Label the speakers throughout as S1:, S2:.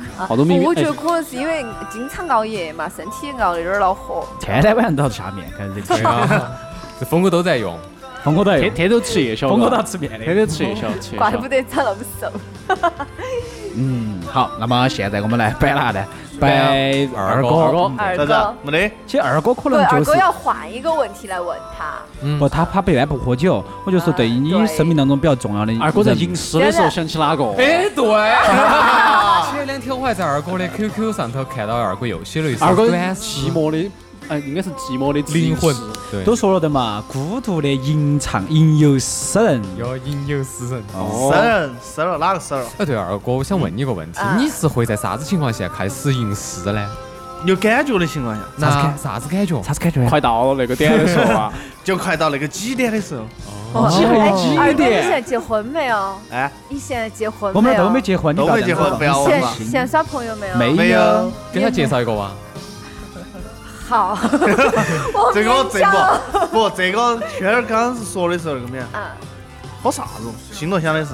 S1: 好多秘密。
S2: 哦我
S1: 哎
S2: 觉得可能是因为经常熬夜嘛，身体熬得有点恼火。
S3: 天天晚上都要吃下面，看这
S4: 对
S3: 个。
S4: 啊，这峰哥都在用，
S3: 峰哥都要
S1: 天天都吃夜宵，
S3: 峰哥都要吃面的。
S1: 天天吃夜 宵，吃夜
S2: 怪
S1: 宵
S2: 不。得长那么瘦。
S3: 嗯，好，那么现在我 们来摆哪呢？摆二哥。
S4: 二
S1: 哥嗯
S2: 二
S5: 啥子
S2: 哥
S5: 啊？，没得，
S3: 其实二哥可
S2: 对，
S3: 能
S2: 二
S3: 就
S2: 哥
S3: 是
S2: 要换一个问题来问他。
S4: 嗯
S3: 不，，他他本来不喝酒，我就是对
S2: 嗯
S3: 你
S2: 对
S3: 生命当中比较重要的人。
S1: 二哥在吟诗的时候想起哪个？
S4: 哎， 对。前两天我还在二哥的 QQ 上头看到二哥又写了一首
S1: 二哥
S4: 短
S1: 寂
S4: 诗，
S1: 寞的，哎，应该是寂寞的自
S4: 灵魂
S1: 私，
S4: 对，
S3: 都说了的嘛，孤独的吟唱吟游诗人。
S4: 要吟游诗人。
S3: 哦
S5: 死人死了哪个死了？
S4: 哎，对，二哥，我想问你一个问题，
S2: 嗯
S4: 你是会在啥子情况下开始吟诗呢？
S5: 有感觉的情况下，
S4: 那啥子感觉？
S3: 啥子感觉？
S1: 快到了那个点的时候 啊，
S5: 就快到那个几点的时候，
S2: 哦
S1: 几还几
S2: 二哥，你现在
S1: 点？
S2: 结婚没有？
S5: 哎，
S2: 你现在结婚
S3: 我们
S2: 没
S3: 俩
S2: 有？
S3: 都没啊结婚，你
S5: 都没结婚
S3: 不
S5: 不
S3: 要
S5: 要
S3: 这
S5: 问
S2: 现
S3: 样
S5: 嘛
S3: 子
S2: 现在耍朋友没有？
S3: 没
S5: 没有，
S4: 给他介绍一 个哇。
S2: 好，我
S5: 这个我
S2: 勉
S5: 这
S2: 强
S5: 个不，这个轩儿刚刚是说的时候那个面，
S2: 啊，
S5: 喝啥子？心头想的是，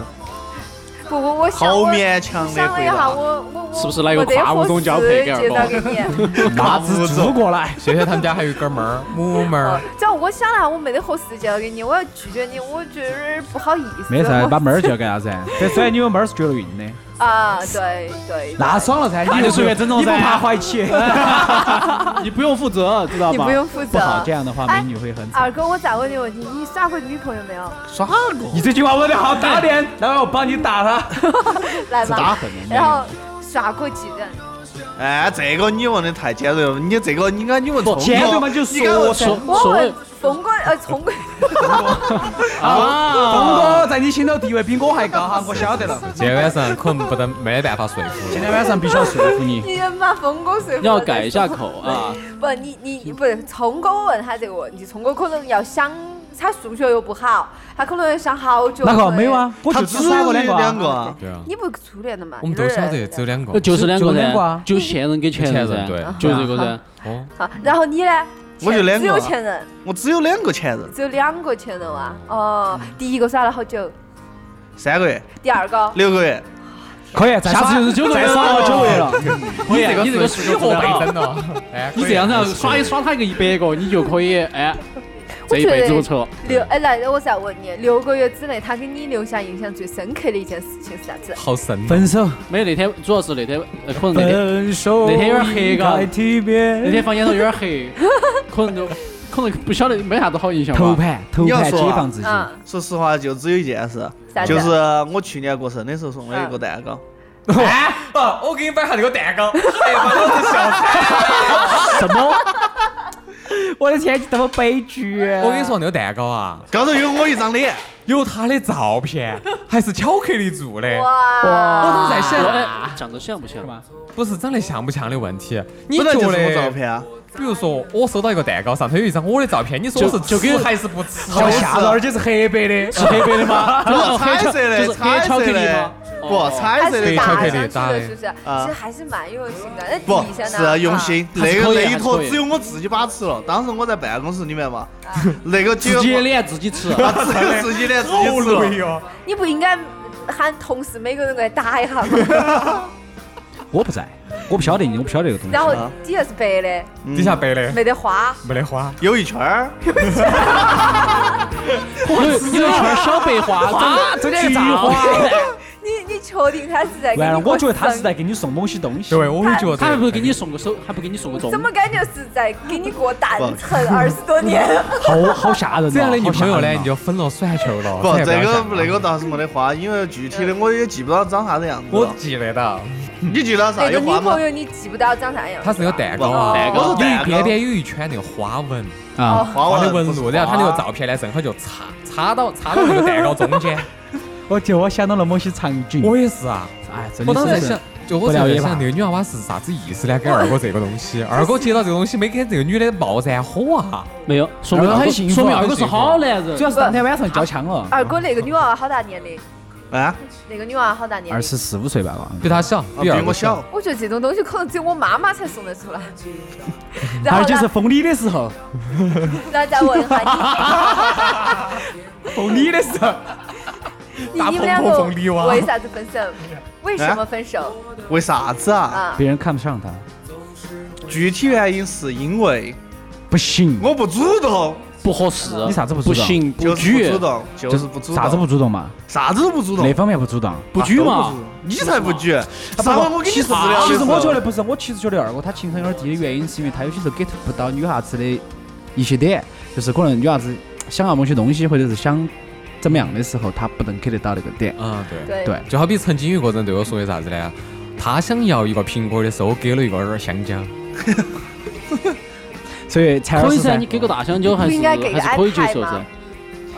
S2: 不不，我想
S5: 好
S2: 我
S5: 勉强
S2: 想
S5: 的
S2: 了
S5: 回
S2: 一下，
S5: 答。
S2: 我我我
S1: 是不是来个跨物种交配给二
S2: 我得合适介绍
S1: 哥
S2: 给 你。
S3: 麻子猪过来。
S4: 谢谢他们家还有一根猫儿，母猫
S2: 哦
S4: 儿。
S2: 只要我想了一下，我没得合适的介绍给你，我要拒绝你，我觉得有点不好意思。
S3: 没事
S2: 我，
S3: 把妹儿叫干啥子？这虽然你们妹儿是绝了孕的，
S2: 啊，对对，
S3: 那爽了噻，
S1: 那
S3: 你
S1: 就随便整容
S3: 你不
S1: 噻
S3: 怕怀 起？
S1: 你不用负责，知道
S2: 你
S1: 吧
S2: 不？用负责。啊
S3: 不好，这样的话美女会很惨。
S2: 二哥，我再问你个问题，你耍过女朋友没有？
S5: 耍过，
S3: 你这句话问的好打脸，然后我帮你打他。
S2: 来吧。
S3: 狠的
S2: 然后耍过几人？
S5: 哎，这个你问的太尖锐了，你这个应该你问聪
S3: 尖锐嘛
S5: 哥，
S3: 就
S5: 你该问
S3: 说说
S2: 我
S1: 所谓
S2: 问峰哥，呃，聪哥，
S1: 啊，
S3: 峰哥在你心头地位比我还高哈，我晓得了。
S4: 今天晚上可能不得没得办法说服
S3: 今
S4: 了。
S3: 天晚上必须要说服你。
S2: 你能把峰哥说服？
S1: 要改一下。口啊，
S2: 不，你你不是聪哥，我问他这个问题，聪哥可能要想，他数学又不好，他可能要想好久。
S3: 哪个没有？啊？我
S5: 他
S3: 就
S5: 只
S3: 只耍
S5: 有
S3: 过两个啊。
S5: 两个啊，
S4: 对啊，
S2: 你不是初恋的嘛？
S4: 我们都晓得只有
S2: 这。
S4: 两个
S1: 那。就是两个
S3: 就两个
S1: 噻
S3: 啊，
S1: 就前任给前任噻
S4: 前任，
S1: 就这个
S2: 啊
S1: 噻。
S4: 哦，
S2: 好，然后你呢？
S5: 我就两个啊
S2: 只有前任，
S5: 我只有两个前任，
S2: 只有两个前任啊。哦，第一个耍了好久，
S5: 三个月、
S2: 第二个
S5: 六个月，
S3: 可以，再
S1: 下
S3: 耍
S1: 次就是九个
S3: 再
S1: 月
S3: 耍个九位了。
S1: 可以， 你这个
S4: 是
S1: 数学不
S4: 倍
S1: 好，
S4: 增了。哎，
S1: 你这样子耍一耍他一个一百个，你就可以哎，
S2: 我
S1: 这一
S2: 觉
S1: 辈子
S2: 得
S1: 不错。
S2: 六哎，来，我再问你，六个月之内他给你留下印象最深刻的一件事情是啥子？
S4: 好啊深。
S3: 分手，
S1: 没那天，主要是那天呃可能那天
S3: 分手。
S1: 那天有点黑嘎
S3: 该体面
S1: 那天房间头有点黑， 可能就可能不晓得没啥子好印象
S3: 头
S1: 吧。
S3: 盘，头
S5: 你要
S3: 盘解
S5: 说啊
S3: 放自己。
S2: 嗯，
S5: 说实话就只有一件事，
S2: 啥子
S5: 就是我去年过生的时候送了一个蛋
S2: 啊
S5: 糕，
S4: 哎，不，我给你摆下这个蛋糕，哎，把老子笑惨。
S3: 什么？我的天，你这么悲剧、
S4: 我跟你，说，那个蛋糕啊，
S5: 高头有我一张脸，
S4: 有他的照片，还是巧克力做
S3: 哎
S4: 的。
S2: 哇，
S4: 我都在想，
S1: 哎，长得像不像？
S4: 不是长得像不像的问题，你
S5: 本
S4: 觉
S5: 来就是我照
S4: 得？
S5: 片啊，
S4: 比如说，我收到一个蛋糕，上头有一张我的照片，你说我是
S1: 就就
S4: 吃
S1: 跟
S4: 还是不吃？
S3: 好吓人，而且是黑白的。
S1: 是黑白的吗？
S5: 我彩色的，
S1: 就是黑
S5: 彩
S1: 巧
S5: 色
S1: 克力
S5: 的
S1: 吗？，
S5: 不，彩
S2: 还
S5: 色
S2: 是
S4: 对
S5: 的
S2: 打
S4: 巧
S2: 上
S4: 克
S2: 去
S4: 力打的
S2: 的，是不是？
S5: 啊
S2: 其实还是蛮用心的，啊那
S5: 不
S2: 底下呢？
S5: 是啊用心，
S1: 还是
S5: 那个
S1: 可以
S5: 那一坨
S1: 还是可以
S5: 只有我自己把它吃了。当时我在办公室里面嘛，那个
S1: 自
S5: 酒
S1: 己的脸自己吃。
S5: 啊只 有自己的自己吃了。
S4: 哟！
S2: 啊。你不应该喊同事每个人过来打一下 吗？
S3: 我不在，我不晓得你，我不晓得这个 东西。
S2: 然后
S5: 啊
S2: 底下是白的，
S5: 嗯
S4: 底下白的，
S2: 没得 花。
S4: 没得花。
S5: 有一圈儿，
S1: 有有一圈小白花，
S3: 啊，中间炸花。
S2: 你你确定他是在给
S3: 完了，
S2: 你？
S3: 我觉得他是在。给你送某些东西。
S4: 对，我也觉得。
S1: 他还不给你送个手，还不给你送个钟
S2: 怎？么感觉是在给你过单程二十多 年？
S3: 好好吓人、啊。
S4: 这样的女朋
S3: 好
S4: 友呢，
S3: 吓人啊
S4: 你就分了甩球了。
S5: 不，
S4: 再
S5: 这
S4: 也要
S5: 个
S4: 想了
S5: 哦那个倒是没得花，因为具体的我也记不到长啥子样子
S4: 我
S5: 了。
S4: 记得到，
S5: 你记得啥
S2: 那个
S5: 有
S2: 女
S5: 花吗
S2: 朋？友你记不到长啥样？
S4: 它是那个蛋糕啊，
S1: 蛋
S5: 糕
S4: 有一
S5: 蛋糕
S4: 边边有一圈那个花纹，
S3: 啊，
S2: 哦，
S5: 花
S4: 花的
S5: 纹
S4: 纹
S5: 不是
S4: 路，然后它那个照片呢，正好就插插到插到那个蛋糕中间。
S3: 我就我想到了某些场景。
S4: 我也是啊，
S3: 哎，真
S4: 我
S3: 的
S4: 当
S3: 是
S4: 时在想，就我
S3: 不
S4: 在
S3: 了解吧
S4: 想那个女娃娃是啥子意思呢？给二哥这个东 西，二哥接到这个东西没给这个女的冒燃火啊？
S1: 没有，说明
S3: 二哥
S1: 二哥
S3: 很幸福
S1: 说明二哥是好男人
S3: 主。要是当天晚上交枪了，
S2: 二哥那个女娃娃好大年龄？
S5: 啊，
S2: 那个女娃娃好大年
S3: 二
S2: 龄？
S3: 十四五岁吧，好像
S4: 比他小，
S5: 比
S4: 二
S5: 我
S4: 哥
S5: 小。。
S2: 我觉得这种东西可能只有我妈妈才送得出来。然
S3: 而
S2: 后
S3: 且是
S2: 呢，
S3: 封你的时 候，
S2: 然后再问一下
S3: 封你的时候，
S2: 你，你你们两
S4: 大鹏鹏凤梨
S2: 个
S4: 娃
S2: 为啥子分手？为什么分手
S5: 为啥子啊？
S2: 啊？
S3: 别人看不上他，
S5: 具体原因是因为
S3: 不行，
S5: 我不主动，
S1: 不合适。
S3: 你啥子不主
S1: 不
S3: 动
S1: 行，
S5: 就
S1: 举
S5: 是不主，动，就是不主动，
S3: 啥子不主动嘛？
S5: 啥子都不主动
S3: 哪，方面不主动？
S1: 不举
S5: 啊
S1: 嘛
S5: 都不主。动你才不举，
S3: 不
S5: 上回我跟你
S3: 其实
S5: 私聊的
S3: 其
S5: 时
S3: 实
S5: 候
S3: 我觉得不是，我其实觉得二哥他情商有点低的原因，是因为他有些时候 get 不到女孩子的一些点，就是可能女孩子想要某些东西，或者是想怎么样的时候，他不能 get 得到那个点。
S4: 嗯，
S2: 对
S4: 对。
S3: 对
S4: 就好比曾经有个人对我说的啥子呢？他想要一个苹果的时候，我给了一个儿香蕉。
S3: 所以才
S1: 可以啊噻，你给个大香蕉还
S2: 不
S1: 是
S2: 应该给个
S1: 还是可以接受
S2: iPad 吗
S1: 噻。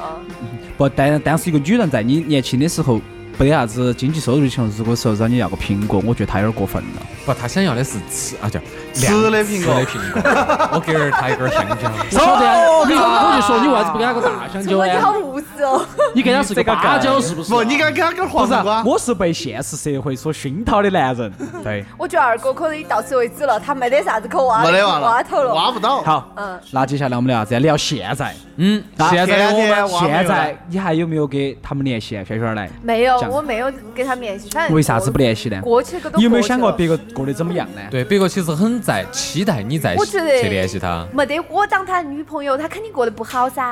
S2: 嗯
S3: 不，但但是一个女人在你年轻的时候没啥子经济收入的情况下，如果说让你要个苹果，我觉得她有点过分了。
S4: 不，他想要的是吃啊，叫
S5: 吃的苹
S4: 吃
S5: 果
S4: 的苹果。我给了他一根香蕉。
S1: 我晓得啊，你我就说你为啥子不给他个大香
S2: 主
S1: 蕉
S2: 播你好
S1: 呢？
S2: 无私哦，
S1: 你给他是个芭蕉是不是？啊
S5: 不，你敢给他根黄
S3: 不是
S5: 瓜
S3: 啊，？我是被现实社会所熏陶的男人。
S1: 嗯
S3: 对，
S2: 我觉得二哥可能已到此为止了，他没得啥子可挖
S5: 没得娃
S2: 的挖头了。
S5: 挖不到。
S3: 好，
S2: 嗯，
S3: 那接下来我们聊啥子？聊现在。
S4: 嗯，
S3: 啊
S4: 现在
S5: 天天挖没有
S3: 现
S5: 了
S3: 在你还有没有给他们联系？啊？轩轩儿来，
S2: 没有，
S3: 讲
S2: 我没有跟他们联系。反正
S3: 为啥子不联系呢？
S2: 过去个都
S3: 你有没
S2: 过
S3: 有
S2: 去
S3: 想过
S2: 了
S3: 别个过得怎么样呢？
S4: 对，别个其实很在期待你再
S2: 我觉得
S4: 去联系他。
S2: 没得我当他女朋友，他肯定过得不好噻。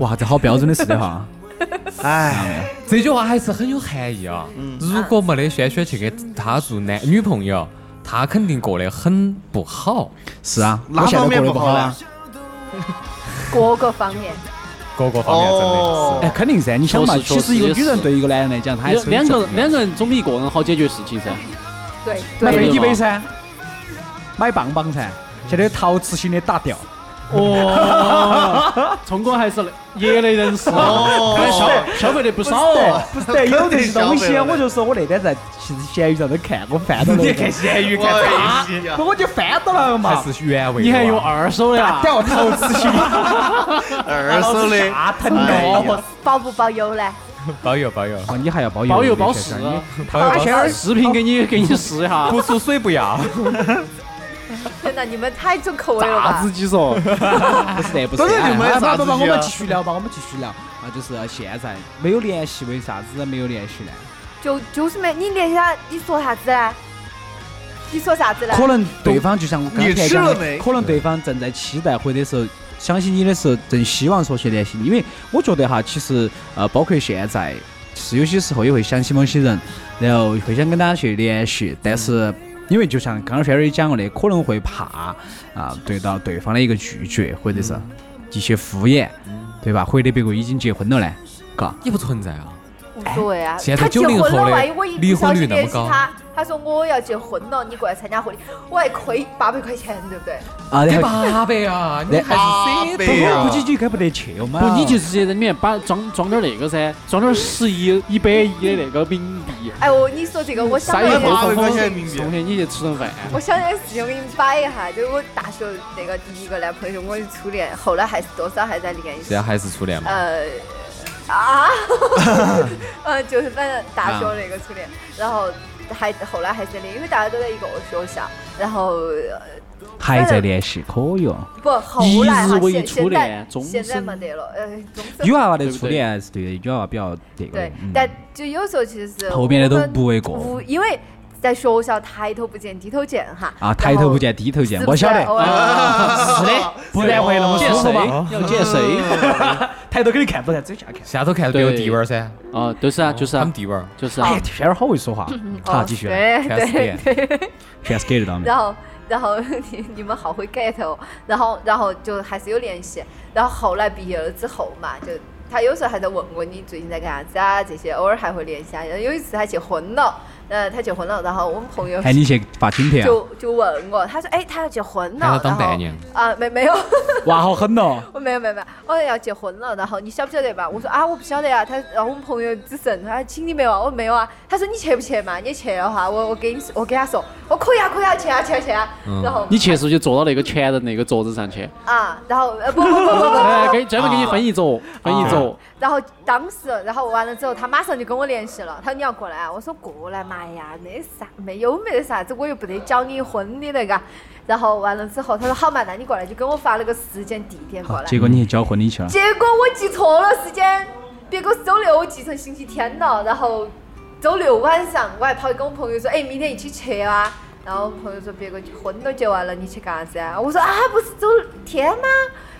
S3: 哇，这好标准的事的 哈。
S5: 哎，
S4: 这句话还是很有含义啊。如果没得轩轩去给他做男女朋友，他肯定过得很不好，
S3: 是啊，
S5: 哪
S3: 我现在
S5: 方面
S3: 过得
S5: 不
S3: 好
S5: 好
S3: 啊
S5: 呢？
S2: 各个方面，
S4: 各个方面真的
S5: 哦
S4: 是。
S3: 哎，肯定噻，你想嘛，
S1: 确实
S3: 其实一
S1: 确
S3: 个
S1: 实
S3: 女人对一个男人来讲，她还是
S1: 两个人
S3: 人
S1: 两个人总比一个人好解决事情噻。
S2: 对
S3: 买
S2: 对
S3: 飞机杯噻，买棒棒噻，现在有陶瓷型的打掉。
S1: 哦，聪哥还是业内人士，
S5: 哦
S1: 哎消消费的不少哦。
S3: 不是 的，有这些东
S5: 消
S3: 西
S5: 费
S3: 啊，
S5: 了
S3: 我就说我那天在其实闲鱼上头看，我翻 到了。你看闲鱼
S5: 看啥
S3: 不 我就翻到了嘛。
S4: 还是原味的
S1: 你还有
S4: 哇
S1: 二手的啊？
S3: 掉陶瓷型，
S5: 二手的，
S3: 吓疼
S5: 哎呀
S3: 了。
S2: 包不包邮嘞？
S4: 包邮包邮，
S3: 哦，你还要包邮？
S1: 包邮包试啊，
S4: 包邮
S1: 把
S4: 包
S1: 前
S4: 邮
S1: 儿视频给你给你试一下。
S4: 不出水不要。
S2: 天哪，你们太重口味了
S3: 榨
S2: 吧
S3: 汁？机说， 不是的，啊不是的。
S5: 真的就没
S3: 哎
S5: 榨汁机啊
S3: 不不不，我们继续聊吧，我们继续聊啊，就是现在没有联系，为啥子没有联系呢？
S2: 就就是没你联系他，你说啥子嘞？你说啥子嘞？
S3: 可能对方就像我刚才
S5: 你吃
S3: 讲
S5: 了
S3: 的，
S5: 没
S3: 可能对方正在期待或者是想起你的时候，正希望说去联系你，因为我觉得哈，其实呃，包括现在，是有些时候也会想起某些人，然后会想跟他去联系，但是。因为就像刚刚轩儿也讲过的，可能会怕啊，对到对方的一个拒绝，或者是一些敷衍，对吧？或者别个已经结婚了呢，嘎，
S4: 也不存在啊。
S2: 无所谓啊。
S4: 现在
S2: 他结婚
S4: 90后
S2: 了，
S4: 的
S2: 万一我一
S4: 离
S2: 不小
S4: 婚率
S2: 心
S4: 那么
S2: 联系
S4: 高
S2: 他，他说我要结婚了，你过来参加婚礼，我还亏八百块钱，对不对？
S3: 啊，
S4: 你
S3: 然后
S4: 八百啊，你还是舍
S5: 八
S4: 得
S5: 百。对呀
S3: 我估计就该不嗯得去嘛。
S1: 不，你就直接在里面把装装点那个噻，装点十一一百一的那个冥币，
S2: 哎，我你说这
S4: 嗯
S2: 个，我想
S1: 塞
S2: 到
S1: 一
S2: 一
S1: 个
S5: 塞
S2: 个，
S1: 后
S5: 800
S1: 风
S5: 块钱冥币
S1: 送给你去吃顿饭。
S2: 我想到一个事情，我给你们摆一下，就是我大学那个第一个男朋友，我的初恋，后来还是多少还在联
S4: 现
S2: 系
S4: 在。还是初恋嘛？
S2: 呃， 啊，呃，就是反正大学那个初
S3: 啊
S2: 恋，然后还后来还是因为大家都在一个学校，然后、呃
S3: 还在联系，可以哦。
S2: 不后来
S1: 一
S2: 哈
S1: 日，为
S2: 现
S1: 初
S2: 现在
S1: 恋终
S2: 现在
S1: 身
S2: 没得了，呃，终 身
S3: 女娃娃的
S1: 对不
S3: 初
S1: 对
S3: 恋还是对女娃娃比较那个的。
S2: 对
S3: 嗯，
S2: 但就有时候其实
S3: 后面的都
S2: 我们
S3: 不为过
S2: 无，因为在学校抬头不见低头见哈。
S3: 啊，抬头不见低头见
S2: 是，不
S3: 我啊晓
S2: 是偶
S3: 得，
S2: 尔
S3: 是的，不然会那么
S1: 见
S3: 舒服
S1: 谁
S3: 吗？？
S1: 要见谁？
S3: 抬头肯定看不到，只有下 看。
S4: 下头看别个地位儿噻，
S1: 哦，就是啊，就是
S4: 他
S1: 啊
S4: 们，地位儿
S1: 就是
S3: 哎
S1: 啊
S3: 呀，。天儿好会说话，好，
S2: 哦
S3: 继续，
S2: 对
S4: 全是
S2: 对
S4: 脸
S3: 全是给得到的。
S2: 然后，然后你 你们好会 get 哦，然后然后就还是有联系，然后后来毕业了之后嘛，就他有时候还在问我你最近在干啥子啊这些，偶尔还会联系啊。然后有一次他结婚了，呃，他结婚了，然后我们朋友
S3: 喊你去发请帖啊，
S2: 就就问我，他说哎他要结婚
S4: 喊他
S2: 了，
S4: 当
S2: 然后
S4: 伴娘
S2: 啊没没有。
S3: 哇，好狠哦！
S2: 我没有没有没有，我要结婚了，然后你晓不晓得嘛？我说啊，我不晓得呀、他然后我们朋友只剩他请你没有啊？我说没有啊。他说你去不去嘛？你去的话，我我给你我给他说，我可以啊可以啊，去啊去啊去啊。
S4: 嗯
S2: 然后
S1: 你去是不是就坐到那个前人那个桌子上去？
S2: 啊，然后呃不不不不不
S1: 哎，
S2: 不
S1: 给专门给你分一桌，
S4: 啊
S1: 分一桌。
S2: 然后当时然后完了之后，他马上就跟我联系了，他说你要过来啊，我说过来嘛呀，没啥没有没得啥子，我又不得搅你婚的那个。然后完了之后，他说好嘛，那你过来就给我发了个时间地点过
S3: 好，
S2: 来。
S3: 啊结果你去交婚礼去了，
S2: 结果我记错了时间，别个是周六，我记成星期天了，然后周六晚上我还跑去跟我朋友说，哎，明天一起去啊。然后我朋友说，别个婚都结完了，你去干啥子啊？我说啊，不是周天吗？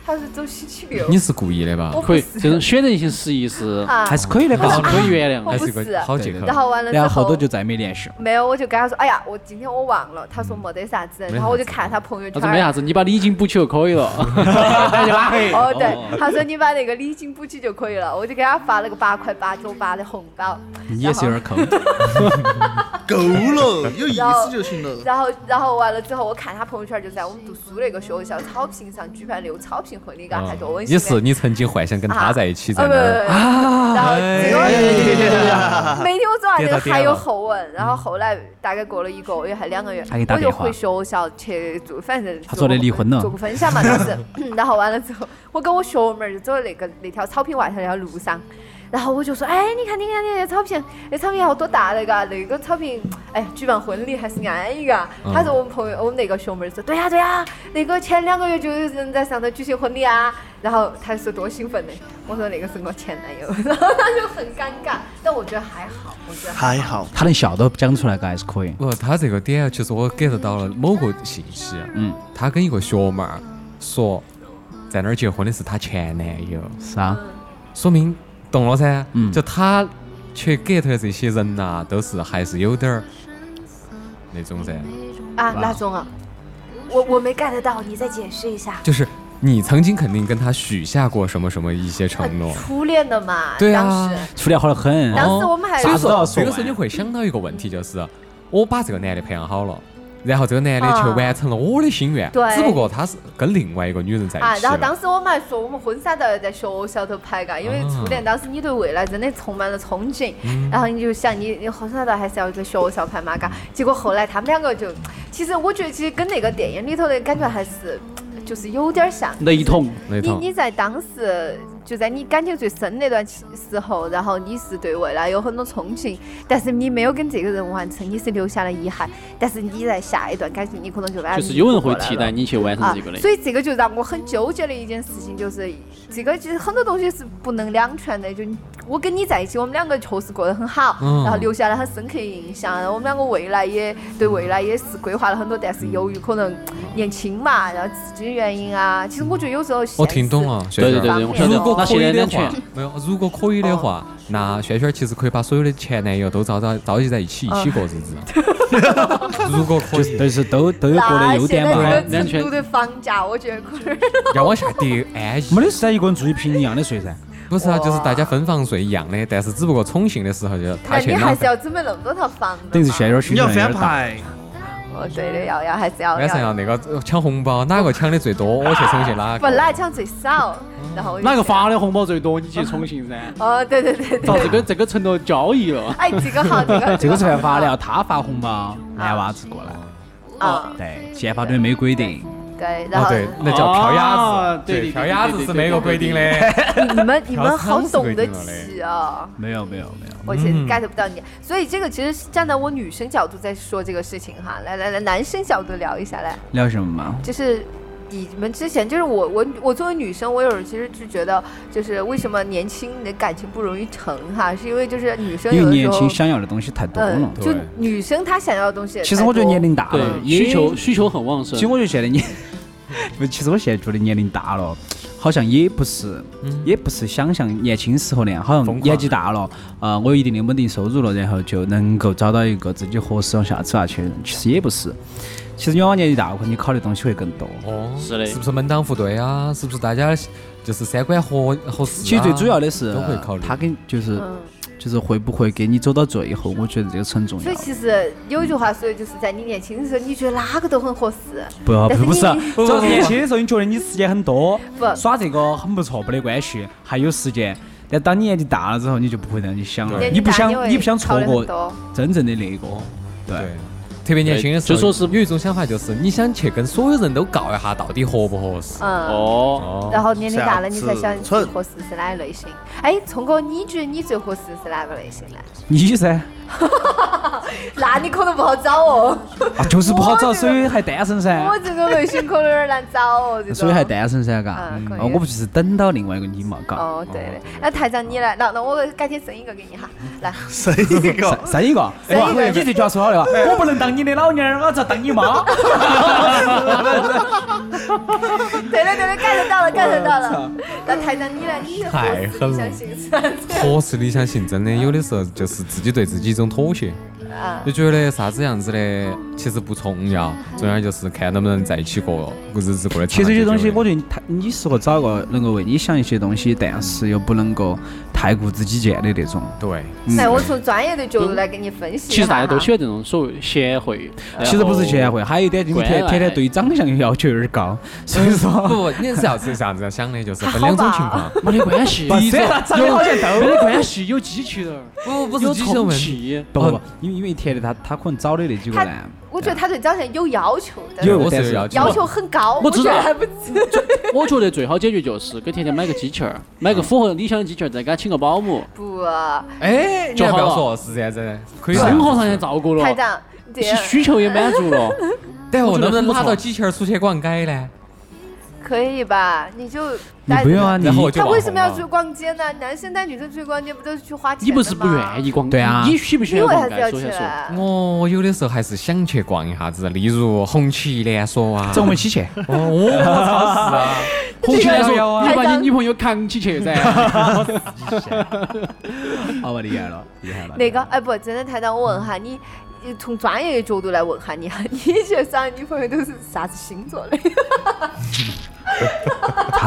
S2: 他说周星期六。
S4: 你是故意的吧？
S2: 我
S1: 可
S2: 不
S1: 以，
S2: 是
S1: 就是选择性失忆是
S2: 啊，
S3: 还是可以 的
S1: 还是
S3: 吧。
S1: 可以原谅
S2: 我
S4: 还
S1: 的。
S2: 不
S4: 是
S2: 是
S4: 个好借口
S2: 然。后完了之
S3: 然
S2: 后，
S3: 后后头就再没联系了。
S2: 没有，我就跟他说，哎呀，我今天我忘了。他说没得啥子，
S4: 啥子
S2: 然后我就看他朋友
S1: 他
S2: 圈
S1: 说。没啥子，你把礼金补起就可以了， 那就拉黑。
S2: 哦，对，他说你把那个礼金补起就可以了，我就给他发了个八块八九八的红包，
S3: 你也是有点抠，
S5: 够了，有意思就行了。
S2: 然后，然后完了之后，我看他朋友圈就在我们读书那个学校草坪上举办那种草坪婚礼，嘎，还多温馨
S4: 你
S2: 的。
S4: 是你曾经幻想跟他在一起，在
S2: 啊不
S4: 那
S2: 不不
S4: 儿，
S2: 不，然后这
S5: 哎
S2: 个每天我早上
S4: 跌
S2: 那
S4: 到
S2: 个
S4: 跌到
S2: 还有后文，然后后来大概过了一个月还两个月
S3: 他给你，打
S2: 我就
S3: 电话
S2: 回学校去做，反正
S3: 他说的离婚 了
S2: 做过分享嘛，当时，然后完了之后，我跟我学妹儿就走到那个那条草坪外头那条路上。然后我就说，哎，你看，你看，你看那草坪，那草哎坪好多大的嘎，那个草坪，哎，举办婚礼还是安逸啊嘎。
S4: 嗯
S2: 他说我们朋友，我们那个学妹儿说，对呀、对呀、那个前两个月就有人在上头举行婚礼啊。然后他说多兴奋的，我说那个是我前男友， 然后他就很尴尬，但我觉得还好，我觉得
S5: 还好，
S3: 他能笑都讲出来，个还是可以。
S2: 嗯
S4: 不，他这个点其实我 get 到了某个信息。
S3: 嗯，
S4: 他跟一个学妹儿说，在那儿结婚的是他前男友，
S3: 是啊，
S4: 说明懂了噻。
S3: 嗯
S4: 就他去 get 的这些人呐、都是还是有点儿那种噻，
S2: 啊，那种啊，我我没 get 到，你再解释一下。
S4: 就是你曾经肯定跟他许下过什么什么一些承诺。
S2: 初恋的嘛，
S4: 对啊
S2: 啊当时
S3: 出来好得很。
S2: 当时我们还
S4: 所以
S3: 啥子都要
S4: 说，
S3: 说
S4: 这个时候你会想到一个问题，就是我把这个男的培养好了，然后这个男的去
S2: 啊
S4: 完成了我的心愿，
S2: 对
S4: 只不过他是跟另外一个女人在一起了。
S2: 啊，然后当时我们还说我们婚纱都要在学校头拍嘎，因为初恋当时你对未来真的充满了憧憬，
S1: 嗯
S2: 然后你就想你你婚纱照还是要在学校拍嘛嘎，结果后来他们两个就，其实我觉得其实跟那个电影里头的感觉还是就是有点像。
S1: 雷同，
S4: 那
S2: 你
S4: 套
S2: 你在当时就在你感情最深那段期时候，然后你是对未来有很多憧憬，但是你没有跟这个人完成，你是留下了遗憾。但是你在下一段感啊情，你可能就把它
S1: 就是有人
S2: 弥补
S1: 会
S2: 过来
S1: 替
S2: 了
S1: 代你去完成
S2: 啊
S1: 这个的，。
S2: 所以这个就让我很纠结的一件事情，就是这个其实很多东西是不能两全的。就你我跟你在一起，我们两个确实过得很好，
S4: 嗯
S2: 然后留下了很深刻的印象。我们两个未来也对未来也是规划了很多，但是由于可能年轻嘛，然后自己的原因啊，其实我觉得有时候
S4: 我听懂啊
S2: 了。
S4: 了，轩
S1: 对
S4: 轩
S1: 对对对，我晓得
S2: 方面
S4: 如果
S1: 那
S4: 可
S1: 现在
S4: 以的
S1: 两全
S4: 话，没有，如果可以的
S2: 哦
S4: 话，那轩轩其实可以把所有的前男友都召到召集在一起，一
S2: 哦
S4: 起过日子。啊 如果可
S3: 就是
S4: 以，
S3: 就是都都有各的
S2: 那
S3: 优
S2: 现
S3: 点
S2: 在这
S3: 嘛。
S1: 两
S2: 个成
S1: 全
S2: 都的房价，我觉得可能
S4: 要往下跌，安逸。
S3: 没得事啊噻，一个人住一平一样的睡噻。
S4: 不是啊，就是
S2: 哇
S4: 大家分房睡一样的，但是只不过宠幸的时候就是
S2: 那
S4: 他
S2: 你
S4: 去
S2: 还
S4: 拿
S2: 是。要准备那么多套房的嘛。
S3: 等于是现在有点
S5: 你
S3: 群众
S5: 要
S3: 有点
S5: 翻
S3: 大。
S5: 牌，
S2: 哦，对的，要要还是要
S4: 晚上要那个呃抢红包，哪个抢的最多，我去宠幸哪
S2: 本
S4: 个。哦
S2: 来抢最少，然后我就
S1: 哪个
S2: 想
S1: 发的红包最多，你去宠幸 噻。
S2: 哦，对对对
S1: 到
S2: 对，
S1: 这个这个程度交易了，
S2: 哎，这个好，这个
S3: 这个是犯法的，
S2: 好
S3: 要他发红包，男娃子过来。
S2: 啊，
S3: 对，宪法里面没规定。
S2: 对，然
S4: 哦，
S2: 后
S4: 对， 那叫票
S1: 啊
S4: 鸭子，
S1: 对对对
S4: 票鸭
S1: 对
S4: 子
S1: 对
S4: 是
S1: 对
S4: 没
S1: 对
S4: 有规定的。啊
S2: 你们你们好懂得
S4: 调仓是规定
S2: 起哦。
S3: 没有没有没有，
S2: 我其实
S4: 嗯
S2: get 不到你，所以这个其实是站在我女生角度在说这个事情哈。来来来，男生角度聊一下来，
S3: 聊什么嘛？
S2: 就是你们之前就是我我我作为女生，我有时候其实就觉得，就是为什么年轻的感情不容易成哈，是因为就是女生
S3: 因
S2: 有
S3: 为
S2: 的时
S3: 年轻
S2: 候，
S3: 想要的东西太多了
S2: 嗯，。就
S4: 对
S2: 女生她想要的东西也太多，
S3: 其实我觉得年龄大
S1: 对
S3: 了，，也
S1: 需求需求很旺盛
S3: 其实。我觉得现在年， 不其实我现在觉得年龄大了，好像也不是，也不是想象年轻时候那样，好像
S4: 疯狂
S3: 年纪大了，呃，我有一定的稳定收入了，然后就能够找到一个自己合适往下走下去的人，啊其实也不是。其实你往往年纪大了，可能你考虑的东西会更多。
S4: 哦，
S1: 是的
S4: 是不是门当户对啊？是不是大家就是三观合合适啊？
S3: 其实最主要的是
S4: 都会考，虑
S3: 他跟就是
S2: 嗯。
S3: 就是会不会给你走到最后，我觉得这个是很重
S2: 所
S3: 要
S2: 以。其实有一句话说的就是在你年轻的时候，你觉得哪个都很合适，
S3: 不要
S2: 但
S3: 不
S2: 是
S3: 不是，
S2: 你
S3: 主要是年轻的时候你觉得你时间很多
S2: 不，
S3: 耍这个很不错，没得关系，还有时间。但当你年纪大了之后，你就不会那样去想了，
S2: 年纪
S3: 你不
S2: 大
S3: 想
S2: 会
S3: 你不想
S2: 考
S3: 错
S2: 虑
S3: 过
S2: 很多
S3: 真正的那一个。
S4: 对，特别年轻的时候，
S1: 就说是
S4: 有一种想法，就是你想去跟所有人都告一下，到底合不合适。
S2: 嗯。
S1: 哦，
S4: 哦，
S2: 然后年龄大了，你才想
S5: 尺
S2: 最
S5: 寸
S2: 合适是哪个类
S3: 啊
S2: 型？哎，聪哥，你觉得你最合适是哪个类型呢？
S3: 你噻，
S2: 那你可能不好找 哦。
S3: 啊，就是不好找，
S2: 我这个
S3: 所以还单身噻，
S2: 我这个微信可能有点难找哦，这种。
S3: 啊所以还单身噻，嘎。
S2: 嗯可以
S3: 啊，我不就是等到另外一个你嘛，嘎。
S2: 哦，对的。那台长你来，那那我改天生一个给你哈，来。
S5: 生一个
S3: 生生一个，哎
S2: 生一个
S3: 哇你这句话说好了吧？我不能当你的老娘儿，我只当你妈。
S2: 对了对了，get 到 了 get 到了。那台长你来，你是合适理想型是吧？
S4: 合适理想型真的有的时候就是自己对自己一种妥协，
S2: 啊，
S4: 就觉得啥子样子的其实不重要，重要就是看能不能在一起过日子过得长
S3: 其
S4: 长
S3: 实
S4: 久久的。
S3: 有些东西，我觉得他你适合找一个能够为你想一些东西，但是又不能够太固执己见的那种。
S4: 对，
S3: 嗯
S2: 来，哎我从专业的角度来给你分析一
S1: 其
S2: 下
S1: 实大家都
S2: 哈
S1: 喜欢这种所谓贤惠，
S3: 其实不是贤
S1: 惠，
S3: 惠，还有一点就是
S1: 关
S3: 天
S1: 爱
S3: 天天对长相要求有点高，
S1: 嗯
S3: 所以
S4: 不
S3: 说。
S4: 不，你是要是啥子样想的，就是
S2: 还
S4: 分
S2: 好
S4: 两种
S2: 吧
S4: 情况。
S1: 没得关系，
S3: 不是他长得好像
S1: 没得关系，有机器人儿，
S4: 不不
S1: 有
S4: 是这种
S1: 空
S4: 问题，
S1: 气，
S3: 不不不，因为因为甜的他他可能找的那几个
S2: 他
S3: 男，
S2: 我觉得他对长相有要求，但
S3: 有
S2: 是
S4: 我
S3: 但
S4: 是
S3: 是
S4: 要求
S2: 要求很高，
S1: 我知道
S2: 觉得还不止。
S1: 我觉得最好解决就是给甜甜买个机器人儿，买个符合理想的机器人儿，再给她请个保姆，
S2: 不，啊
S4: 哎，你
S1: 就
S4: 还不要
S1: 好
S4: 说，是这样子的，可以啊这样
S1: 生
S4: 子
S1: 活上也照顾了
S2: 台，长，这
S1: 需需求也满足 了，
S4: 但我
S1: 我觉
S4: 能
S1: 得很
S4: 不能
S1: 不
S4: 拉
S1: 错
S4: 到机器人出去逛街呢？
S2: 可以吧？你就
S3: 你不用啊，。你
S4: 然后我就
S2: 嗯他
S4: 网
S2: 为什么
S4: 红
S2: 要
S4: 了
S2: 去逛街呢？男生带女生出去逛街不都是去花钱
S1: 你不是不愿
S2: 意？
S1: 意逛，
S3: 对啊
S1: 你喜不喜
S2: 你
S1: 欢
S2: 为啥
S1: 逛
S2: 子
S1: 街？
S2: 要
S1: 首
S2: 去啊
S1: 先说，
S2: 呢？
S4: 我有的时候还是想去逛一下子，例如红旗连 锁啊，
S3: 总我们起去，
S4: 哦，我操是啊，
S1: 红旗来说，
S3: 这个
S1: 你把你女朋友扛起去噻，
S3: 好吧，厉害了，厉害了。
S2: 那个，哎，不，真的，台长，我问下
S3: 嗯
S2: 你，你从专业的角度来问下你 哈，你以前找的女朋友都是啥子星座 的？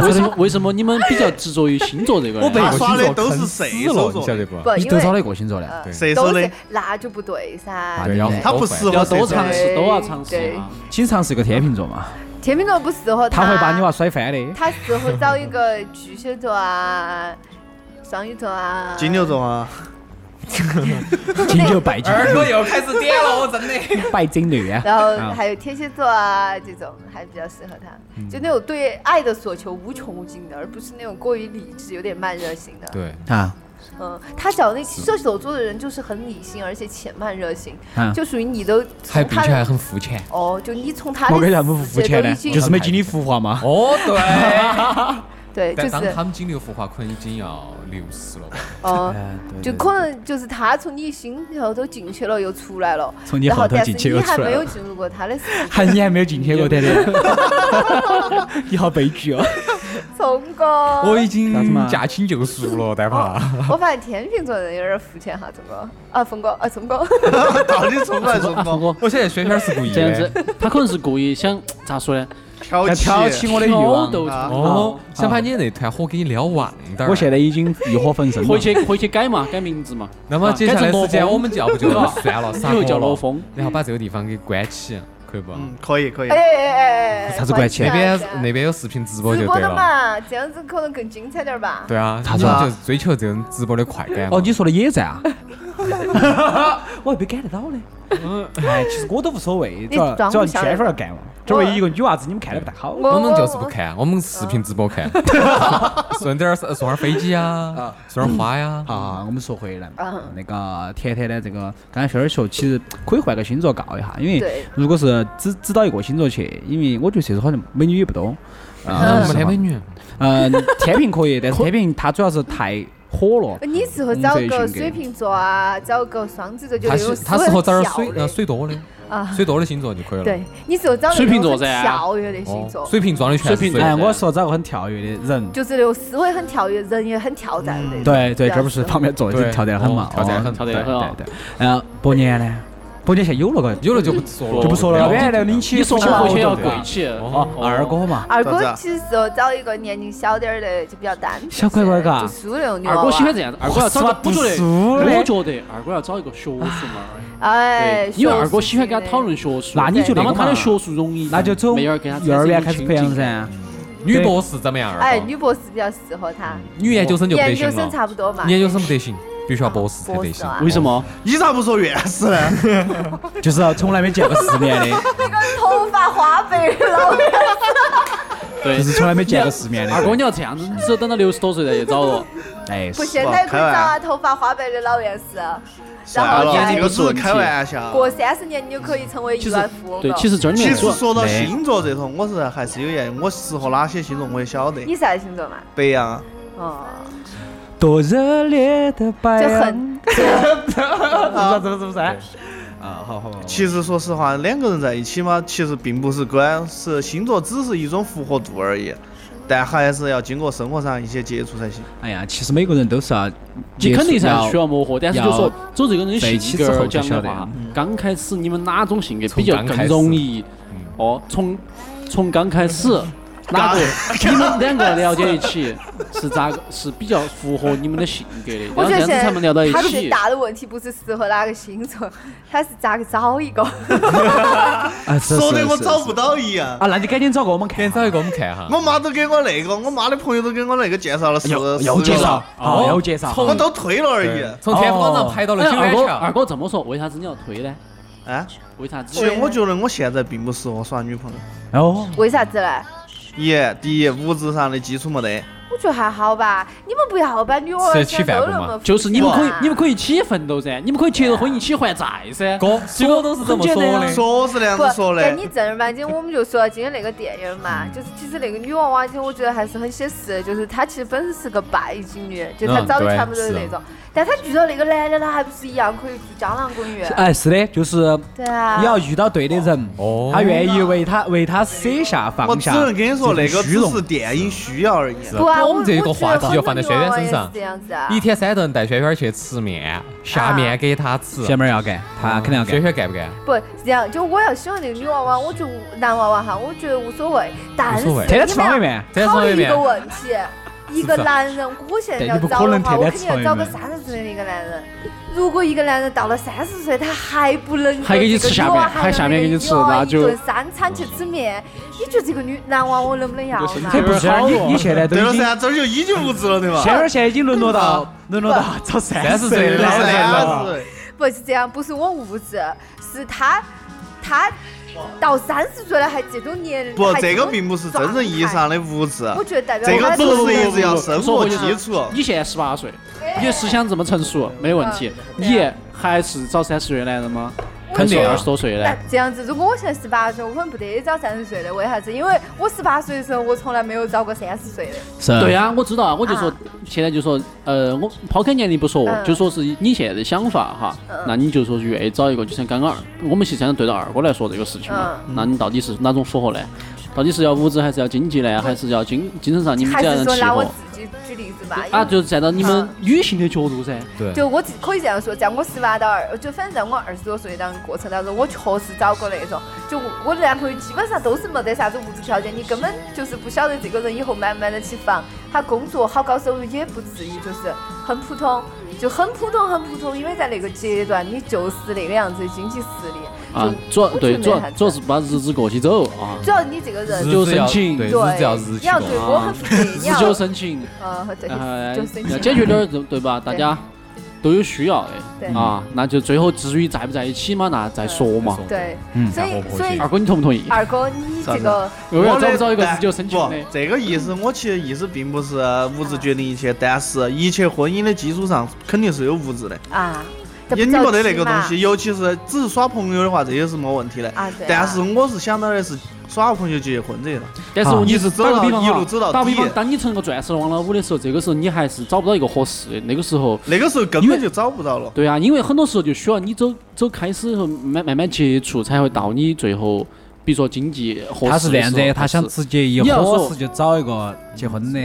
S1: 为什么为什么你们比较执着于星座这个呢？
S5: 我被
S1: 啊
S5: 他耍的都是射手
S4: 了，你
S5: 座
S4: 晓得
S5: 的，
S4: 不？
S2: 不，
S3: 你
S2: 因
S3: 都找了
S2: 为
S3: 一个星座的，
S2: 呃
S4: 对
S5: 射手
S2: 都
S5: 的
S2: 是那就不对噻。
S4: 对，要
S3: 对
S4: 他
S5: 他不适合
S1: 要
S5: 射
S1: 多
S5: 手
S1: 尝
S5: 座。
S1: 试，多要尝试
S2: 对
S1: 啊！
S3: 经常是一个天秤座嘛，
S2: 天秤座不适合
S3: 他会把你娃甩翻的。
S2: 他适合找一个巨蟹座啊、 双鱼座啊、
S5: 金牛座啊，
S3: 金牛拜金
S4: 二哥又开始点了，我真 的。
S3: 拜金牛 啊，
S2: 然后
S3: 啊嗯
S2: 还有天蝎座啊，这种还比较适合他，就那种对爱的索求无穷无尽的，而不是那种过于理智、有点慢热型的。
S4: 对，
S3: 啊，
S2: 嗯，他找那射手座的人就是很理性，而且且慢热型，
S3: 嗯
S2: 就属于你都
S4: 还
S2: 从
S4: 并
S2: 他
S4: 且还
S2: 的
S4: 很肤浅。
S2: 哦，就你从他
S3: 我
S2: 的
S3: 感觉啊他
S2: 世
S3: 们肤
S2: 界
S3: 浅
S2: 都已
S3: 呢，
S2: 经
S3: 就是没经历浮华嘛。
S4: 哦， 对，
S2: 对，就
S4: 但当
S2: 是
S4: 他们金牛浮华可能已经要六十了吧？
S2: 哦。
S3: 嗯，对
S2: 就
S3: 对
S2: 可能就是他从你心里头都进去了，又出来了，
S3: 从你
S2: 然后
S3: 后头
S2: 但是
S3: 进去又
S2: 你还
S3: 出来
S2: 没有
S3: 了
S2: 进入过他的 世界。
S3: 还你还没有进去过，对 对。你好悲剧哦。
S2: 聪哥，
S4: 我已
S3: 啥子嘛
S4: 经驾轻就熟了，但怕。
S2: 我发现天秤座的人有点肤浅哈，聪哥啊，峰哥啊，聪哥，
S5: 到底冲来冲
S1: 峰
S5: 去，
S1: 哥
S4: 我现在轩轩是故意
S1: 这样子
S4: 的。，
S1: 他可能是故意想咋说呢？
S5: 挑
S3: 要
S5: 起
S3: 挑起我的欲
S1: 挑
S3: 望。
S1: 逗
S5: 啊
S4: 哦，想把你那团火给你撩旺点儿。
S3: 我现在已经欲火焚身了
S1: 回。去回去改嘛，改名字嘛，
S4: 那么接下来时间我们就要不就算了，
S1: 以
S4: 散
S1: 后
S4: 伙
S1: 叫罗
S4: 了，
S1: 峰。
S4: 然后把这个地方给关起，可以不？
S5: 嗯，可以可以
S2: 哎。哎哎哎，
S3: 啥子关系
S2: 那
S4: 那边
S2: 那
S4: 那边有视频直播
S2: 直
S4: 就
S2: 播
S4: 对
S2: 的
S4: 了。
S2: 嘛，这样子可能更精彩点儿吧。
S4: 对啊，
S3: 啥
S4: 你
S3: 子
S4: 们
S5: 啊
S4: 就是追求这种直播的快感嘛。
S3: 哦，你说的野战啊？ 我还没 get 得到呢。哎，其实我都无所谓，只要
S2: 装
S3: 只要
S2: 不
S3: 你
S2: 下
S3: 圈
S2: 来
S3: 粉儿干嘛？作为一个女娃子，你们看得不太好。
S2: 我
S4: 我们就是不看，我们视频直 播看，顺点儿送送下飞机啊，送点儿花呀。
S3: 啊，我们说回来嘛
S2: 嗯，
S3: 那个甜甜的这个，刚才轩儿说，其实可以换个星座告一下，因为
S2: 对
S3: 如果是只只到一个星座去，因为我觉得射手好像美女也不多，
S4: 啊
S3: 啊，
S4: 没得美女，
S3: 嗯，天平可以，但是天平它主要是太火了，
S2: 呃你适合找个水瓶座啊，找个双子座，就
S4: 他
S2: 那种
S4: 是
S2: 思
S4: 他
S2: 维
S4: 适合
S2: 很
S4: 找点儿
S2: 跳
S4: 水呃
S2: 的
S4: 水多的
S2: 啊。
S4: 水多的星座就可以了。
S2: 对，你适合找那
S1: 水瓶座啊
S2: 种很
S1: 噻
S2: 跳跃的星
S4: 哦，
S2: 座，
S4: 水瓶座的全是
S1: 水瓶
S4: 水
S1: 座
S3: 哎，我说找个很跳跃的人，
S2: 就是那种思维很跳跃，人也很跳战的
S4: 嗯
S2: 那种。
S3: 对对，
S2: 比较
S3: 这不是
S2: 适合
S3: 旁边坐的
S4: 对
S3: 跳得很嘛
S4: 哦，跳得很
S3: 哦
S1: 跳
S3: 对
S1: 得很哦
S3: 对对。然后伯年呢？伯年现在有了个，
S4: 有了就不说了，
S3: 就不说了，原来的
S4: 你
S3: 零七
S1: 你说
S3: 九
S1: 回去要
S3: 对
S1: 跪起，
S3: 哦，二
S1: 哥，
S3: 哥嘛，
S2: 二
S5: 啥子
S2: 哥
S5: 啊
S2: 其实适合找一个年龄小点儿的，就比较单纯
S3: 小乖乖嘎
S2: 就属于那种女
S1: 二
S2: 娃
S1: 哥
S2: 娃
S1: 喜欢这样子，二哥要找个，我觉
S3: 哇读书嘞啊
S1: 得，我觉得二哥要找一个学术妹儿，
S2: 哎，
S1: 对因为
S2: 学
S1: 二哥
S2: 术
S1: 喜欢跟
S2: 型
S1: 他
S2: 的
S1: 讨论学术，
S3: 那你就那
S1: 那
S3: 个嘛
S1: 么他的学术容易，
S3: 那就走
S1: 妹儿跟他
S3: 幼儿园开始培养噻。
S4: 女博士怎么样？
S2: 哎，
S4: 二哥
S2: 女博士比较适合他，
S4: 嗯女研究生就不得
S2: 研究
S4: 行
S2: 生
S4: 了，
S2: 差不多嘛。
S4: 研究生不得行，必须要博士才得
S2: 博士
S4: 行
S2: 啊。
S1: 为什？么？
S5: 你咋不说院 士呢？
S3: 就是从来没见过世面的，
S2: 那个头发花白的老人，
S1: 对
S3: 就是从来没见过世面的。
S1: 二哥，你要这样子，你只有等到六十多岁再去找 我。
S3: 哎，
S2: 不，
S3: 是
S2: 现在可以找
S5: 开
S2: 啊，
S5: 玩
S2: 头发花白的老院士，
S1: 啊
S5: 算
S2: 然后
S5: 了，
S2: 再
S5: 这个是个开玩笑。
S2: 过三十年你就可以成为亿
S1: 其实
S2: 万富翁
S1: 对
S2: 了，。
S1: 其实真
S5: 其
S1: 的
S5: 实
S1: 主
S5: 说到
S3: 没
S5: 星座这头，我是还是有研，我适合哪些星座我也晓得。
S2: 你啥星座嘛？
S5: 白羊，
S1: 嗯
S2: 哦，
S3: 多热烈的白
S2: 就
S3: 羊，
S2: 很
S3: 是不是？是不是？啊，好好好，
S5: 其实说实话，两个人在一起嘛，其实并不是关，是星座只是一种符合度而已，但还是要经过生活上一些接触才行。
S3: 哎呀，其实每个人都是要啊
S1: 你
S3: 接触
S1: 肯定是
S3: 要
S1: 需要磨合，但是就说走这个嗯人的性格讲的话，刚开始你们哪种性格比较更容易？哦，从从刚开 始哪个你们两个聊在一起是咋个是比较符合你们的性格的，然
S2: 我
S1: 后
S2: 觉
S1: 这
S2: 得
S1: 样
S2: 现
S1: 子
S2: 在
S1: 才能聊到一
S2: 他最
S1: 起。
S2: 大的问题不是适合哪个星座， 他是咋个找一 个？
S3: 啊，是
S5: 说的
S3: 是
S5: 我
S3: 是
S5: 找
S3: 是
S5: 不到一样。
S3: 啊，那你赶紧找个我们看
S4: 先
S3: 哈。
S4: 找一个我们看哈。
S5: 我妈都给我那个，我妈的朋友都给我那个介绍了十
S3: 要
S5: 十
S3: 要
S5: 个
S3: 介绍
S5: 了，
S3: 好，要介绍。
S5: 我都推了而已。
S4: 从天府广场排到了
S1: 哎，
S4: 九
S1: 二
S4: 眼
S1: 哥，
S4: 桥
S1: 二。哥这么说，为啥子你要推呢？
S5: 啊，
S1: 为啥
S5: 其实
S1: 子？
S5: 我觉得我现在并不适合耍女朋友。
S3: 哦，
S2: 为啥子嘞？
S5: 一，第一，物质上的基础没得。
S2: 我觉得还好吧，你们不要把女
S4: 吃
S2: 儿
S4: 得起
S2: 想
S4: 饭
S2: 都
S4: 不
S2: 那
S4: 嘛
S2: 么
S1: 就是你们可以，你们
S2: 以。
S1: 可以一起奋斗噻，你们可以结了婚一起还债�噻。
S4: 哥，
S1: 结果
S4: 我都是这么说
S1: 很简单
S4: 的
S1: 啊。
S5: 说是那样
S2: 不
S5: 子说，
S2: 但
S5: 的
S2: 你，正儿八经，我们就说到今天那个电影嘛，就是其实那个女娃娃，其实我觉得还是很写实的，就是她其实本身是个拜金女，就她
S4: 嗯
S2: 找的
S4: 对
S2: 全部都是
S4: 是
S2: 那种，但她遇到那个男的，她还不是一样可以去江郎滚月？
S3: 哎，是的，就是
S2: 对啊，
S3: 你要遇到对的人，
S4: 哦
S3: 他愿意为他为他舍下放
S5: 我只
S3: 下。
S5: 能跟你说，那个
S3: 虚
S5: 只
S3: 荣
S5: 是电影需要而已。
S2: 不啊，
S4: 我们这
S2: 我
S4: 个
S2: 我觉得
S4: 话题
S2: 很
S4: 就
S2: 多
S4: 放在
S2: 女
S4: 轩轩
S2: 娃娃
S4: 身
S2: 也
S4: 上
S2: 是这样子啊，
S4: 一天三顿带轩轩去吃面，下面给他吃。
S3: 姐妹儿要干，他肯定要
S4: 轩
S3: 干。
S4: 轩干不干？
S2: 不这样，就我要喜欢那个女娃娃，我觉得男娃娃哈，我觉得无所谓。但是
S4: 无所谓
S3: 天天
S2: 你
S3: 吃方便
S2: 们
S3: 面，
S4: 再
S2: 考
S4: 说
S2: 虑
S4: 一
S2: 一
S4: 遍
S2: 个，问题，一个男人，我现在要找的话，我肯定要找个三十岁的一个男人。如果一个男人到了三十岁，他还不能
S1: 还给你吃下面还下面给你吃那就
S2: 三餐去吃面，你觉得这个女男娃我能不能要嘛？
S3: 这不是啊你你现在都
S5: 对
S3: 已
S5: 了
S3: 经，
S5: 噻，这儿就已经物质了，对吧？
S3: 仙儿现在已经沦落到沦落到找嗯三十岁的
S4: 30
S3: 老
S4: 岁的
S3: 男
S4: 老
S3: 了。
S5: 三十，
S2: 不是这样，不是我物质，是他他到三十岁了还这种年龄，
S5: 不，
S2: 还
S5: 这个
S2: 种
S5: 并不是
S2: 状
S5: 真正意义
S2: 态
S5: 上的物质，
S2: 我觉得代表
S5: 这
S2: 他
S5: 个
S2: 就
S5: 只
S1: 是
S5: 是一直要生
S1: 说
S5: 活
S1: 回去
S5: 基础。
S1: 你现在十八岁，你的思想这么成熟，没问题。
S2: 嗯
S1: 你还是找三十岁的男人吗？肯定二十多岁
S2: 那
S1: 的。
S2: 哎这样子，如果我现在十八岁，我可能不得找三十岁的，为啥子？因为我十八岁的时候，我从来没有找过三十岁的。
S3: 是，
S1: 对呀、我知道啊，我就说
S2: 嗯啊
S1: 现在就说，呃，我抛开年龄不说，
S2: 嗯
S1: 就说是你现在的想法哈，那你就说是愿意找一个，就像刚刚二，我们其实现在对到二哥来说这个事情嘛，
S2: 嗯
S1: 那你到底是哪种符合呢？到底是要物质还是要经济呢？还是要精精神上你们
S2: 还
S1: 几个
S2: 是
S1: 人
S2: 说
S1: 契
S2: 拿我嗯
S1: 合？
S2: 自己举例子吧，因
S1: 啊，
S2: 为
S1: 就是站到你们女性的角度噻，
S4: 对，
S2: 就我自可以这样说，在我十八到二，就反正在我二十多岁当过程当中，我确实找过那种，就我我的男朋友基本上都是没得啥子物质条件，你根本就是不晓得这个人以后买不买得起房，他工作好高收入也不至于，就是很普通，就很普通很普通，因为在那个阶段你就是那个样子的经济实力
S1: 啊，主
S2: 就
S1: 要
S2: 我
S1: 对
S2: 觉得
S1: 主要
S2: 还是
S1: 主要是把日子过起走啊，
S2: 主要你这个人
S4: 日
S1: 就
S4: 子要
S1: 申请
S4: 对，
S2: 对，
S4: 日子要日
S2: 你
S4: 期
S2: 要
S4: 过
S2: 对我
S1: 啊
S2: 很负责，你
S1: 日久
S2: 要
S1: 生情。
S2: 呃，对，
S1: 呃
S2: 就生
S1: 要
S2: 气，
S1: 解决点儿对吧？大家都有需要
S2: 对嗯
S1: 的啊，那就最后至于在不在一起嘛，那再说嘛。
S2: 对，
S3: 嗯
S2: 所
S4: 然后
S2: 以
S4: 婆
S2: 所
S4: 媳
S2: 以
S1: 二哥，你同不同意？
S2: 二哥你这
S5: 啥
S2: 个
S5: 子
S1: 我要
S5: 的
S1: 找不找一个日久生情
S5: 不
S1: 的？
S5: 这个意思我其实意思并不是物质决定一切，但是一切婚姻的基础上肯定是有物质的。
S2: 啊，这
S5: 也
S2: 不
S5: 你
S2: 着
S5: 没得
S2: 急
S5: 那个东
S2: 嘛
S5: 西，尤其是只是耍朋友的话，这些是没问题的。
S2: 啊，对啊，
S5: 但是我是想到的是耍个朋友结婚这一套，
S1: 但是我
S3: 啊
S1: 你
S5: 一直走
S1: 打个
S5: 到
S1: 比方
S5: 一
S1: 哈
S5: 路走到
S1: 打个比
S5: 底
S1: 方，当你成个钻石王老五的时候，这个时候你还是找不到一个合适的。那个时候，
S5: 那个时候根本就找不到了。
S1: 对啊，因为很多时候就需要你走走开始的时候，慢慢慢接触，才会到你最后，比如说经济合适
S3: 他是这样
S1: 的时
S3: 子，
S1: 候
S3: 他想
S1: 合适
S3: 直接一
S1: 你要说
S3: 伙食就找一个结婚 的。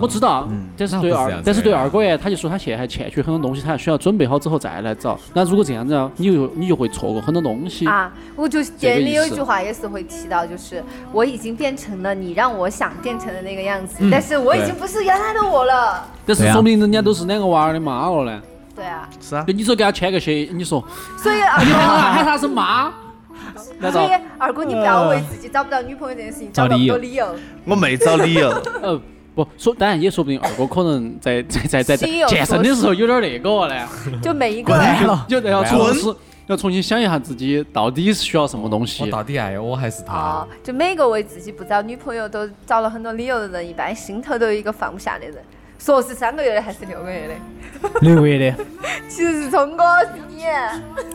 S1: 我知道啊
S3: 嗯，
S1: 但是
S4: 那
S1: 对
S4: 不是这
S1: 二
S4: 样，子
S1: 但是对
S4: 的
S1: 二哥耶，他就说他现在还欠缺很多东西，他还需要准备好之后再来找。那如果这样子啊，你就你就会错过很多东西。
S2: 啊，我就
S1: 这个
S2: 店里
S1: 意
S2: 有一
S1: 思
S2: 句话也是会提到，就是我已经变成了你让我想变成的那个样子，
S1: 嗯
S2: 但是我已
S4: 对
S2: 经不是原来的我了。
S1: 但是
S3: 对啊
S1: 说不定人家都是两个娃儿的妈了呢。
S2: 对啊，
S5: 是啊
S1: 就，你说给他签个协议，你说
S2: 所以二
S1: 你喊他
S2: 哥，
S1: 喊他是妈， 难
S2: 所
S1: 道
S2: 以二哥，你不要为自
S1: 呃
S2: 己找不到女朋友这件事情找
S3: 找
S2: 那么
S3: 理
S2: 多
S3: 由
S2: 理由。
S5: 我没找理由，
S1: 呃不说？当然也说不定二哥可能在在在在在
S2: 心有
S1: 健身的
S2: 所
S1: 时候有点那个呢，
S2: 就每一个
S3: 来了，
S1: 有点要
S4: 来
S1: 错
S5: 了
S1: 失要重新想一下自己到底是需要什么东
S4: 我
S1: 西。
S4: 到底爱我还是他
S2: 哦？，就每个为自己不找女朋友都找了很多理由的人，一般心头都有一个放不下的人。说是三个月的还是六个月的，
S3: 六个月的，
S2: 其实是聪哥，是你。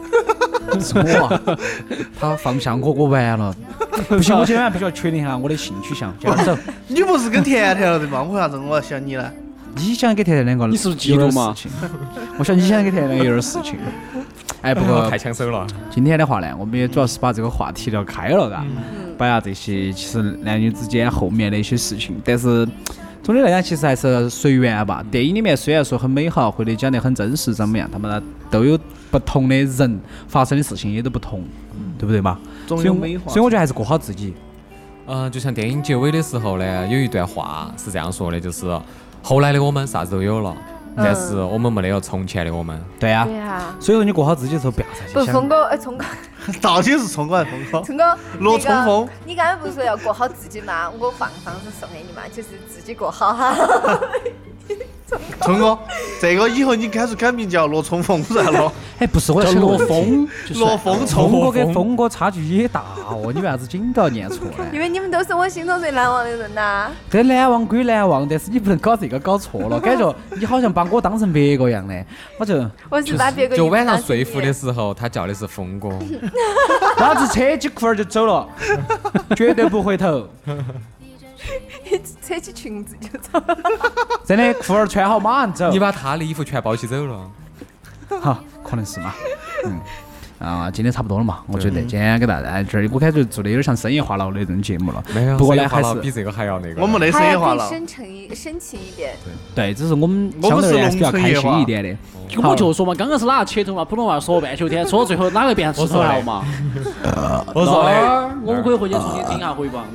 S3: 是我啊， 他放不下我，我完 了。不行，我今天晚上必须要确定一下我的性取向，接着走。
S5: 你不是跟甜甜了的吗？为啥子我要想你呢？
S3: 你想给甜甜两个，
S1: 你是不是嫉妒嘛？
S3: 我想你想给甜甜两个有点事 情。哎，不 过
S4: 太抢手了，
S3: 今天的话呢，我们也主要是把这个话题聊开了，嘎，摆下这些其实男女之间后面的一些事情，但是。总的来讲，其实还是随缘吧。电影里面虽然说很美好，或者讲得很真实，怎么样，他们都有不同的人发生的事情也都不同，对不对嘛？
S5: 总
S3: 所以
S5: 有
S3: 我，
S5: 美化
S3: 所以 我觉得还是过好自己。
S4: 嗯，就像电影结尾的时候呢，有一段话是这样说的，就是后来的我们啥子都有了，但是我们没得有从前的我们。
S3: 对呀、
S2: 对啊，
S3: 所以说你过好自己的时候，不要再
S2: 不，
S3: 去
S2: 聪
S3: 想。
S2: 哥，哎，聪哥，
S5: 到底是冲过还是冲过？
S2: 聪哥，
S5: 罗
S2: 那个
S5: 冲锋
S2: 你刚才不是说要过好自己吗？我放方子送给你嘛，就是自己过好哈。
S5: 冲哥，这个以后你干脆改名叫罗冲锋算 了，
S3: 哎，不是，我
S1: 叫
S3: 要想
S1: 罗
S3: 个问题。
S1: 峰，就是
S5: 罗峰
S3: 聪
S5: 冲。
S3: 哥跟峰哥差距也大哦，你为啥子紧都要念错呢？
S2: 因为你们都是我心中最难忘的人呐、
S3: 这难忘归难忘，但是你不能搞这个搞错了，感觉你好像把我当成别个一样的，我就
S2: 我是把别个
S4: 就
S2: 一般
S4: 晚上
S2: 当成
S4: 睡服
S2: 你
S4: 的时候，他叫的是峰哥，
S3: 老子扯起裤儿就走了，绝对不回头。
S2: 扯起裙子就走。
S3: 真的，裤儿穿好马上走。
S4: 你把他的衣服全包起走了。
S3: 好，可能是嘛，嗯。啊，今天差不多了嘛，我觉得今天给大家这儿，我感觉做的有点像深夜话痨的这种节目了。
S4: 没有，
S3: 不过
S4: 所以
S3: 呢，
S4: 话
S3: 还
S4: 痨
S3: 是
S4: 比这个还要那个。
S5: 我们没声
S2: 还
S5: 音
S2: 要
S5: 话
S2: 更
S5: 了，
S2: 深沉一深情一点。
S3: 对，只是我们
S5: 我
S3: 相对
S5: 们是
S3: 而言是比较
S5: 农村
S3: 开
S5: 夜
S3: 心
S5: 话
S3: 一点的。
S1: 我就说嘛，刚刚是哪个切头嘛，普通话说半宿天，说到最后哪个变出头了嘛？呃
S4: 我说的，
S1: 儿我们可以回去重新听一下回放。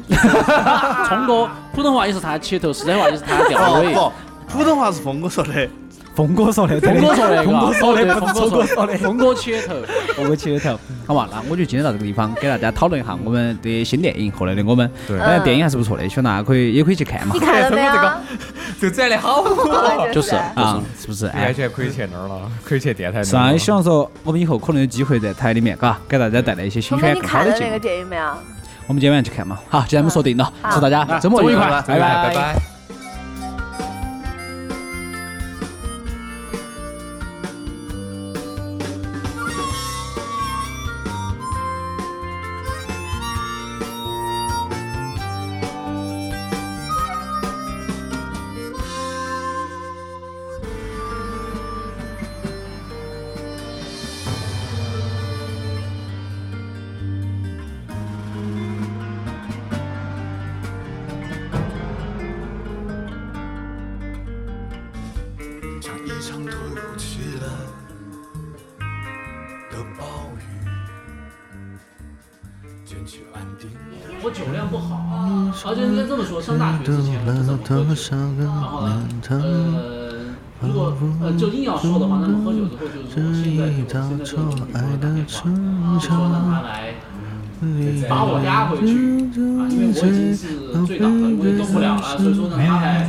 S1: 聪哥普通话也是他切头，四川话也是他吊尾。
S5: 哦不，普通话是峰哥说的，
S3: 峰哥说的，
S1: 峰哥说的，
S3: 峰哥说的，不是
S1: 峰
S3: 峰
S1: 哦哥
S3: 哥
S1: 说
S3: 说
S1: 的，
S3: 的。
S1: 峰哥切头。
S3: 我们起个头，
S2: 嗯
S3: 好吧？那我就今天到这个地方，给大家讨论一下我们的新电影。后来的我们，
S4: 对
S3: 呃，电影还是不错的，希望大家可以也可以去看嘛
S2: 你。看了没有？
S4: 就这样的好。
S2: 哦
S1: 就是
S3: 啊，是不是？
S4: 安
S3: 哎，
S4: 全可以去那儿了，可以去电台那儿了。
S3: 是啊，也希望说我们以后可能有机会在台里面，嘎，给大家带来一些
S2: 聪
S3: 新
S2: 哥，
S3: 鲜
S2: 你
S3: 更好
S2: 看
S3: 的
S2: 了
S3: 节
S2: 那个
S3: 目。
S2: 电影没有？
S3: 我们今天晚上去看嘛。好，今天我们说定了，
S2: 好
S3: 祝大家周末愉
S5: 周末愉
S3: 快，
S5: 快
S3: 拜
S4: 拜哎拜。
S6: 像一场突如其来的暴雨，卷起安定。
S1: 我酒量不好，而且应该这么说，上大学之前我就这么喝酒。然后呢，呃，如果呃就硬要说的话，那么喝酒之后就是我现在我现在就主动打电话，就说让他来把我拉回去啊，因为我已经是醉倒了，我也动不了了，所以说让他来。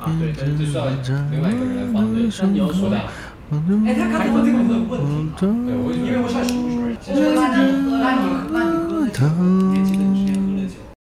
S1: 啊，对，但是这需要
S4: 另外一个人来放对。
S1: 对，但你要说的，
S7: 哎，他刚才问这个问问题，
S4: 对，我
S7: 因为我想数一数。我说那你那你那你喝的
S6: 他